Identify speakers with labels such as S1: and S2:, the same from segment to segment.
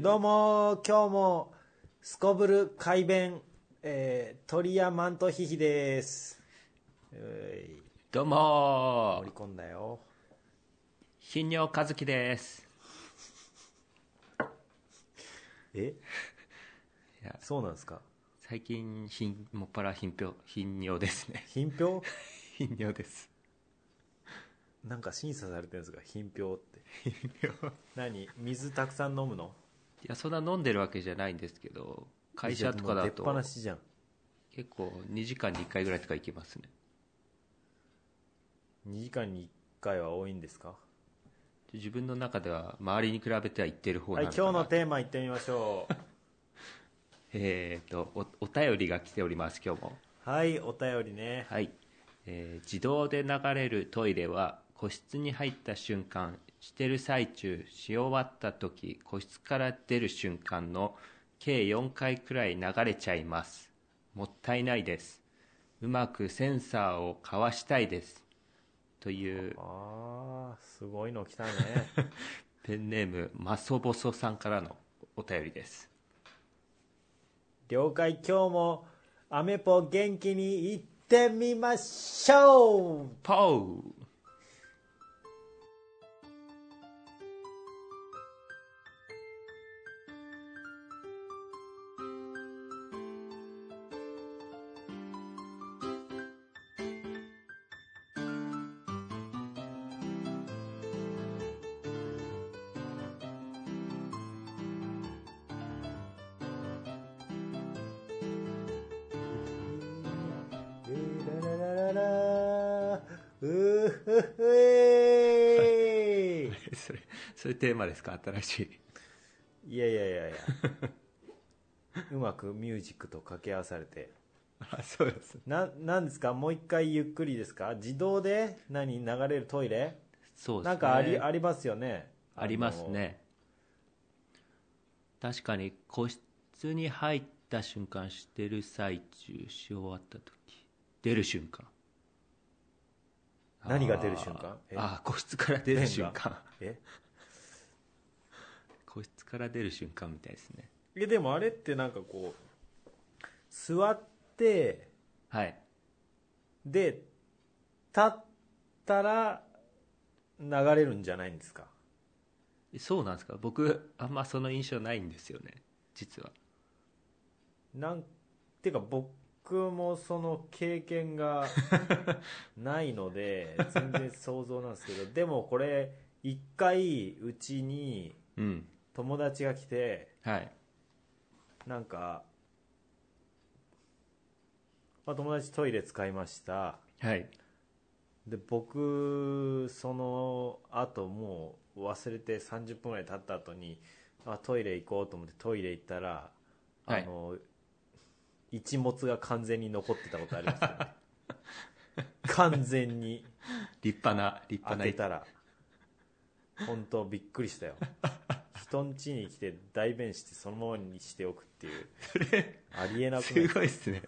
S1: どうも今日もすこぶる改弁、えー、鳥屋マントヒヒですうい
S2: どうも
S1: 盛り込んだよ
S2: 頻尿和樹です
S1: え
S2: いや
S1: そうなんですか
S2: 最近貧もっぱら貧病頻尿です ね
S1: 品評
S2: 頻尿です
S1: なんか審査されてるんですか品評って
S2: 頻尿
S1: 何水たくさん飲むの
S2: いやそんな飲んでるわけじゃないんですけど会社とかだ
S1: いやもう出っ放
S2: と
S1: しじゃん
S2: 結構2時間に1回ぐらいとか行けますね
S1: 2時間に1回は多いんですか
S2: 自分の中では周りに比べては行ってる方
S1: は
S2: ないの
S1: 今
S2: か
S1: 日
S2: な、
S1: のテーマいってみましょう
S2: えー、とおお便りが来ております今日も
S1: はいお便りね
S2: はい、えー自動で流れるトイレは個室に入った瞬間してる最中し終わった時個室から出る瞬間の計4回くらい流れちゃいますもったいないですうまくセンサーをかわしたいですという
S1: あーすごいの来たね
S2: ペンネームマソボソさんからのお便りです
S1: 了解今日もアメポ元気に行ってみましょう
S2: ポー
S1: うらららららうふふえ
S2: それそれテーマですか新しい
S1: いやいやいやいやうまくミュージックと掛け合わされて
S2: あそうです
S1: ななんですかもう一回ゆっくりですか自動で何流れるトイレ
S2: そうですね
S1: なんかありありますよね
S2: ありますね確かに個室に入った瞬間してる最中し終わった時出る瞬間
S1: 何が出る瞬間
S2: あ
S1: え
S2: ーあー個室から出る瞬間
S1: あのえ
S2: 個室から出る瞬間みたいですね
S1: えでもあれってなんかこう座って
S2: はい
S1: で立ったら流れるんじゃないんですか
S2: そうなんですか僕あんまその印象ないんですよね実は
S1: なんてか僕もその経験がないので全然想像なんですけどでもこれ一回うちに
S2: うん
S1: 友達が来て
S2: はい
S1: なんか、まあ、友達トイレ使いました
S2: はい
S1: で僕その後もう忘れて30分ぐらい経った後にあトイレ行こうと思ってトイレ行ったら、
S2: はい
S1: あの一物が完全に残ってたことありますよね 完全に
S2: 立派な立
S1: 開
S2: 派
S1: け
S2: な
S1: たら本当びっくりしたよ人ん家に来て代弁してそのままにしておくっていうありえなくな
S2: す
S1: い
S2: ごいですね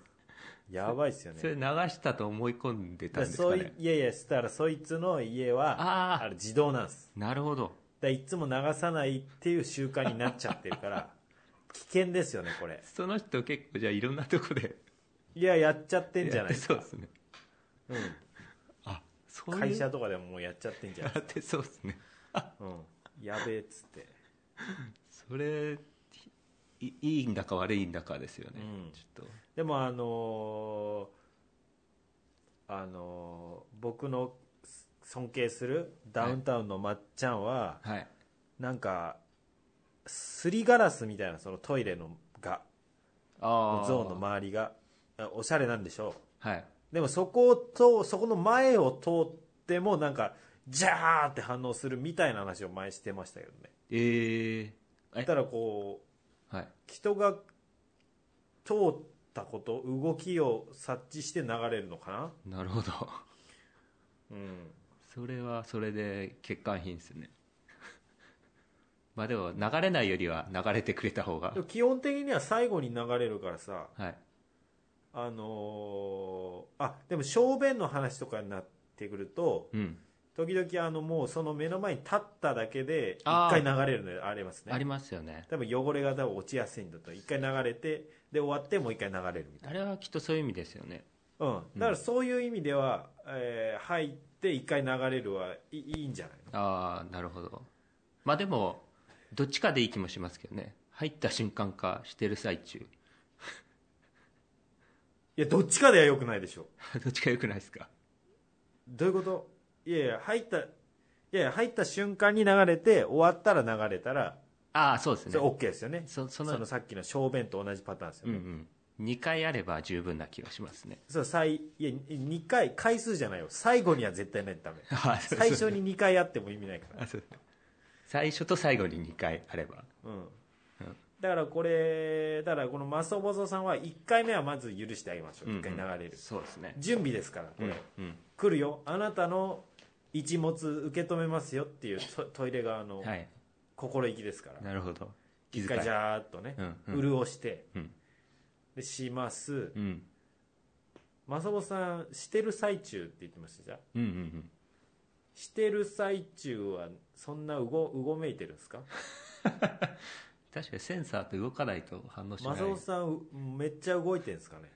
S1: やばいですよね
S2: それ流したと思い込んでたんで
S1: だから
S2: す
S1: そ
S2: か
S1: うい
S2: ね
S1: いやいやしたらそいつの家は
S2: あー
S1: あれ自動なんです
S2: なるほど
S1: だからいつも流さないっていう習慣になっちゃってるから危険ですよねこれ
S2: その人結構じゃあいろんなとこで
S1: いややっちゃってんじ
S2: や
S1: ゃな
S2: って
S1: いですか
S2: そうですね
S1: う
S2: あそうい
S1: ん、
S2: う
S1: 会社とかでももうやっちゃってんじゃ
S2: や
S1: ないで
S2: ってそうですね
S1: すか、うん、やべえっつって
S2: それいいいんだか悪いんだかですよね、
S1: うん
S2: ちょっと
S1: でもあのーあのー僕の尊敬するダウンタウンのまっちゃんは、
S2: はい
S1: なんかすりガラスみたいなそのトイレのが
S2: あ
S1: ゾーンの周りがあおしゃれなんでしょ
S2: はい、
S1: うでもそこをとそこの前を通ってもなんかジャーって反応するみたいな話を前してましたけどね
S2: えー、
S1: だ
S2: え
S1: からこう
S2: はい
S1: 人が通ったこと動きを察知して流れるのかな
S2: なるほど
S1: うん
S2: それはそれで欠陥品ですね まあでも流れないよりは流れてくれた方が
S1: でも基本的には最後に流れるからさ
S2: はい
S1: あのーあでも小便の話とかになってくると
S2: うん
S1: 時々あのもうその目の前に立っただけで
S2: あ
S1: 一
S2: ー
S1: 回流れるのあります
S2: あり
S1: ね
S2: ますよね
S1: 多分汚れが多分落ちやすいんだと一回流れてで終わってもう一回流れるみたい
S2: あれはきっとそういう意味ですよね
S1: な、うん、だからそういう意味では、えー入って一回流れるはいいいんじゃないの
S2: ああなるほどまあでもどっちかでいい気もしますけどね入った瞬間かしてる最中
S1: いやどっちかではよくないでしょ
S2: どっちかよくないですか
S1: どういうこといやいや入ったいやいや入った瞬間に流れて終わったら流れたら
S2: ああそうです
S1: そ
S2: ね
S1: れ OK ですよね
S2: そそ
S1: そ
S2: の
S1: のさっきの小便と同じパターンですよ
S2: う
S1: ね、
S2: んうん2回あれば十分な気がしますね
S1: そう最いや2回回数じゃないよ最後には絶対ないとダメ
S2: あそう
S1: 最初に2回やっても意味ないか
S2: あそう最初と最後に2回あれば
S1: ら、う
S2: うんん、
S1: だからこれだからこのマソボゾさんは1回目はまず許してあげましょう1回流れる、
S2: そうですね
S1: 準備ですからこ
S2: う
S1: れ、
S2: んうん
S1: 来るよあなたの一物受け止めますよっていうトトイレ側の
S2: はい
S1: 心意気ですから、
S2: なるほど気
S1: 一
S2: 遣
S1: 回
S2: い
S1: ジャーっとね、
S2: うんうん
S1: 潤して、
S2: うん
S1: でします、
S2: うん
S1: マサボさんしてる最中って言ってましたじゃあ
S2: うんうんうん
S1: してる最中はそんなうごうごめいてるんですか
S2: 確かにセンサーって動かないと反応しない
S1: マサボさんうめっちゃ動いてるんですかね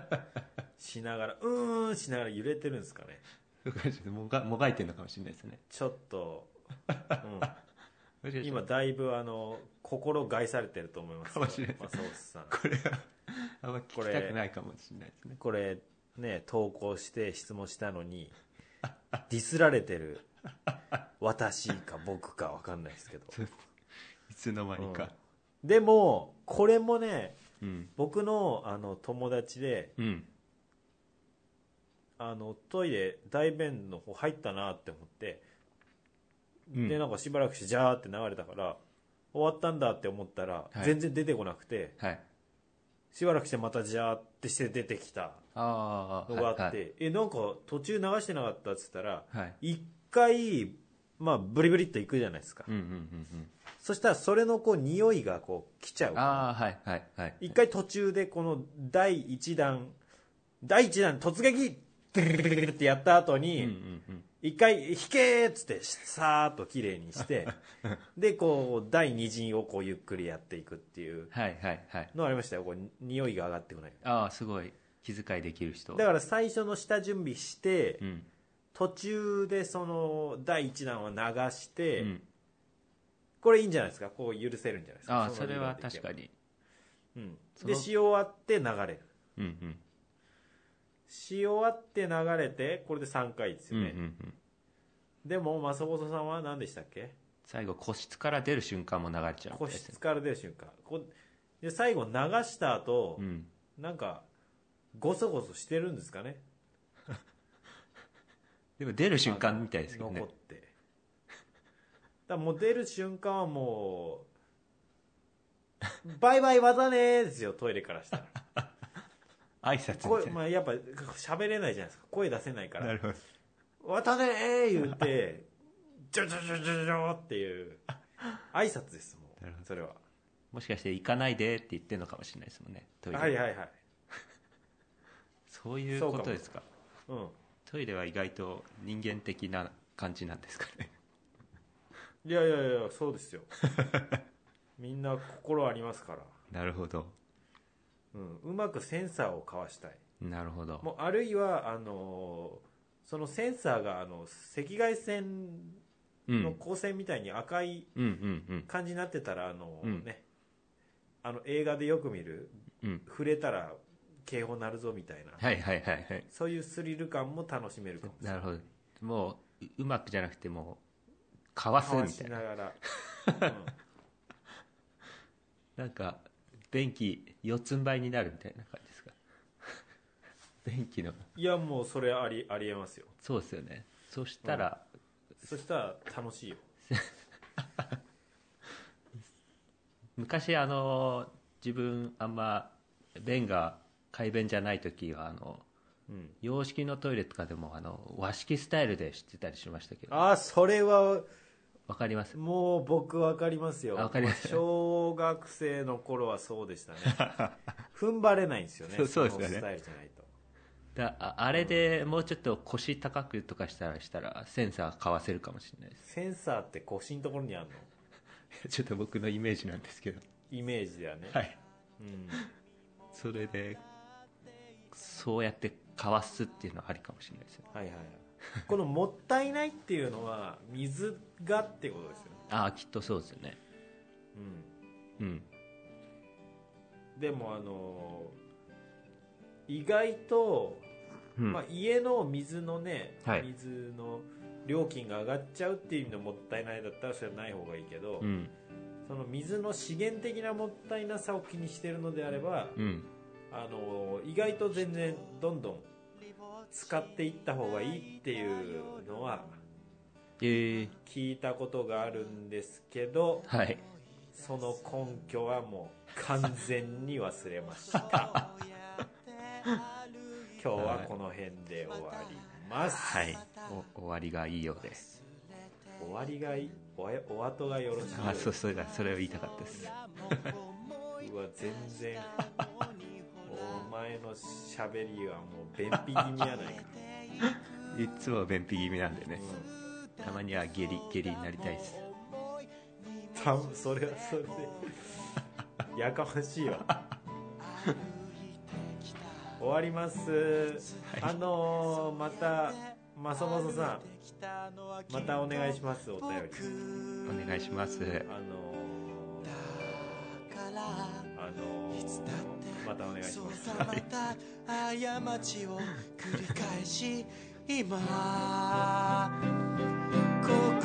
S1: しながらうーんしながら揺れてるんですかね
S2: 動かないですもがもがいてるのかもしれないですね
S1: ちょっと、
S2: もし
S1: う
S2: か
S1: ん、
S2: したら
S1: 今だいぶあの心害されてると思います
S2: かもしれない
S1: マサボさん
S2: これはあんま聞きたくないかもしれないですね
S1: これね投稿して質問したのにディスられてる私か僕か分かんないですけど
S2: いつの間にか
S1: でもこれもね
S2: うん
S1: 僕のあの友達で
S2: うん
S1: あのトイレ大便の方入ったなって思って、
S2: うん
S1: でなんかしばらくしてジャーって流れたから終わったんだって思ったら、
S2: はい
S1: 全然出てこなくて
S2: はい
S1: しばらくしてまたジャーってして出てきた
S2: ああ
S1: のがあって、
S2: はい
S1: えなんか途中流してなかったっつったら
S2: はい
S1: 一回、まあ、ブリブリっといくじゃないですか、
S2: うんうんうん
S1: そしたらそれのこう匂いがこう来ちゃ
S2: う
S1: うんから
S2: ああはいはいはい
S1: 一回途中でこの第1弾第1弾突撃ってやった後
S2: うんうん
S1: に
S2: うん
S1: 一回引けーっつってさーっと綺麗にして でこう第2陣をこうゆっくりやっていくっていう
S2: はいはいはい
S1: のありましたよこう匂いが上がってこない
S2: ああすごい気遣いできる人
S1: だから最初の下準備して
S2: うん
S1: 途中でその第1弾を流し
S2: う
S1: て
S2: ん
S1: これいいんじゃないですかこう許せるんじゃないですか
S2: ああ
S1: の
S2: それは確か
S1: 理
S2: に
S1: 論で
S2: そ
S1: いけばうんで
S2: の
S1: し終わって流れる
S2: うんうん
S1: し終わって流れてこれで3回です
S2: うん
S1: よ
S2: うん
S1: ね、
S2: うん
S1: でも、マサボソさんは何でしたっけ
S2: 最後個室から出る瞬間も流れちゃう
S1: 個
S2: ですね
S1: 室から出る瞬間。こで最後流した後、
S2: うん
S1: なんか、ごそごそしてるんですかね
S2: でも出る瞬間みたいですけど
S1: 残
S2: ね
S1: って。だからもう出る瞬間はもう、バイバイまたねーですよ、トイレか らしたら。
S2: 挨拶み
S1: 声
S2: たい
S1: まあ、やっぱ喋れないじゃないですか。声出せないか
S2: なな
S1: ら
S2: る。ほど
S1: またねー言って、ジョジョジョジョジョっていう、挨拶です、も
S2: なるほ
S1: う。それは。
S2: もしかして行かないでって言ってるのかもしれないですもんねトイレ
S1: はいはいはい。
S2: そういう
S1: そう
S2: こ
S1: かも
S2: とですか
S1: うん。
S2: トイレは意外と人間的な感じなんですかね
S1: いやいやいやそうですよみんな心ありますから、
S2: なるほど
S1: うん、うまくセンサーをかわしたい
S2: なるほど
S1: もうあるいはあのーそのセンサーがあの赤外線
S2: うんうん
S1: の光線みたいに赤い
S2: うんうん
S1: 感じになってたら、あのー
S2: うん
S1: ねあの映画でよく見る
S2: うん
S1: 触れたら警報鳴るぞみたいな、
S2: はいはいはいはい
S1: そういうスリル感も楽しめるかもしれ
S2: な
S1: ない
S2: るほどもうううまくじゃなくてもうかわす
S1: かわ
S2: み
S1: した
S2: い
S1: な
S2: な
S1: がら、うん
S2: なんか便器四つん這いになるみたいな感じ ですか便器の
S1: いやもうそれありありえますよ
S2: そうですよねそしたら、
S1: そしたら楽しいよ
S2: 昔あの自分あんま便が快便じゃない時はあの
S1: うん
S2: 洋式のトイレとかでもあの和式スタイルで知ってたりしましたけど
S1: ああそれは
S2: わかります
S1: もう僕わかりますよ
S2: あわかります
S1: 小 学生の頃はそうでしたね踏ん張れないんですよね
S2: そうそうですよね
S1: のスタイルじゃないと
S2: だああれでもうちょっと腰高くとかしたらしたらセンサー買わせるかもしれないです
S1: センサーって腰のところにあるの
S2: ちょっと僕のイメージなんですけど
S1: イメージだよね、
S2: はい
S1: うん、
S2: それでそうやってかわすっていうのはありかもしれないですよ
S1: はいはいはいこの「もったいない」っていうのは水がってことですよね、
S2: ああきっとそうですよねうん
S1: うん、でもあの意外と、
S2: うん、
S1: まあ、家の水のね、
S2: はい
S1: 水の料金が上がっちゃうっていう意味のもったいないだったらそれはない方がいいけど、
S2: うん
S1: その水の資源的なもったいなさを気にしてるのであれば、
S2: うん
S1: あの意外と全然どんどん使っていった方がいいっていうのは
S2: ええ
S1: 聞いたことがあるんですけど
S2: はい
S1: その根拠はもう完全に忘れま した今日はこの辺で終わります、
S2: はいお終わりがいいようです
S1: 終わりがいいおえお後がよろしい
S2: あそうそうだそれを言いたかったです
S1: うわ全然お前のしゃべりはもう便秘気味やないか、
S2: いつも便秘気味なんで ね
S1: うん
S2: たまには下痢下痢になりたいです
S1: たそれはそれでやかましいわ終わります、あのーまたまさまささんまたお願いしますお便り
S2: お願いします
S1: あのーあのーまたお願いします
S3: また過ちを繰り返し今心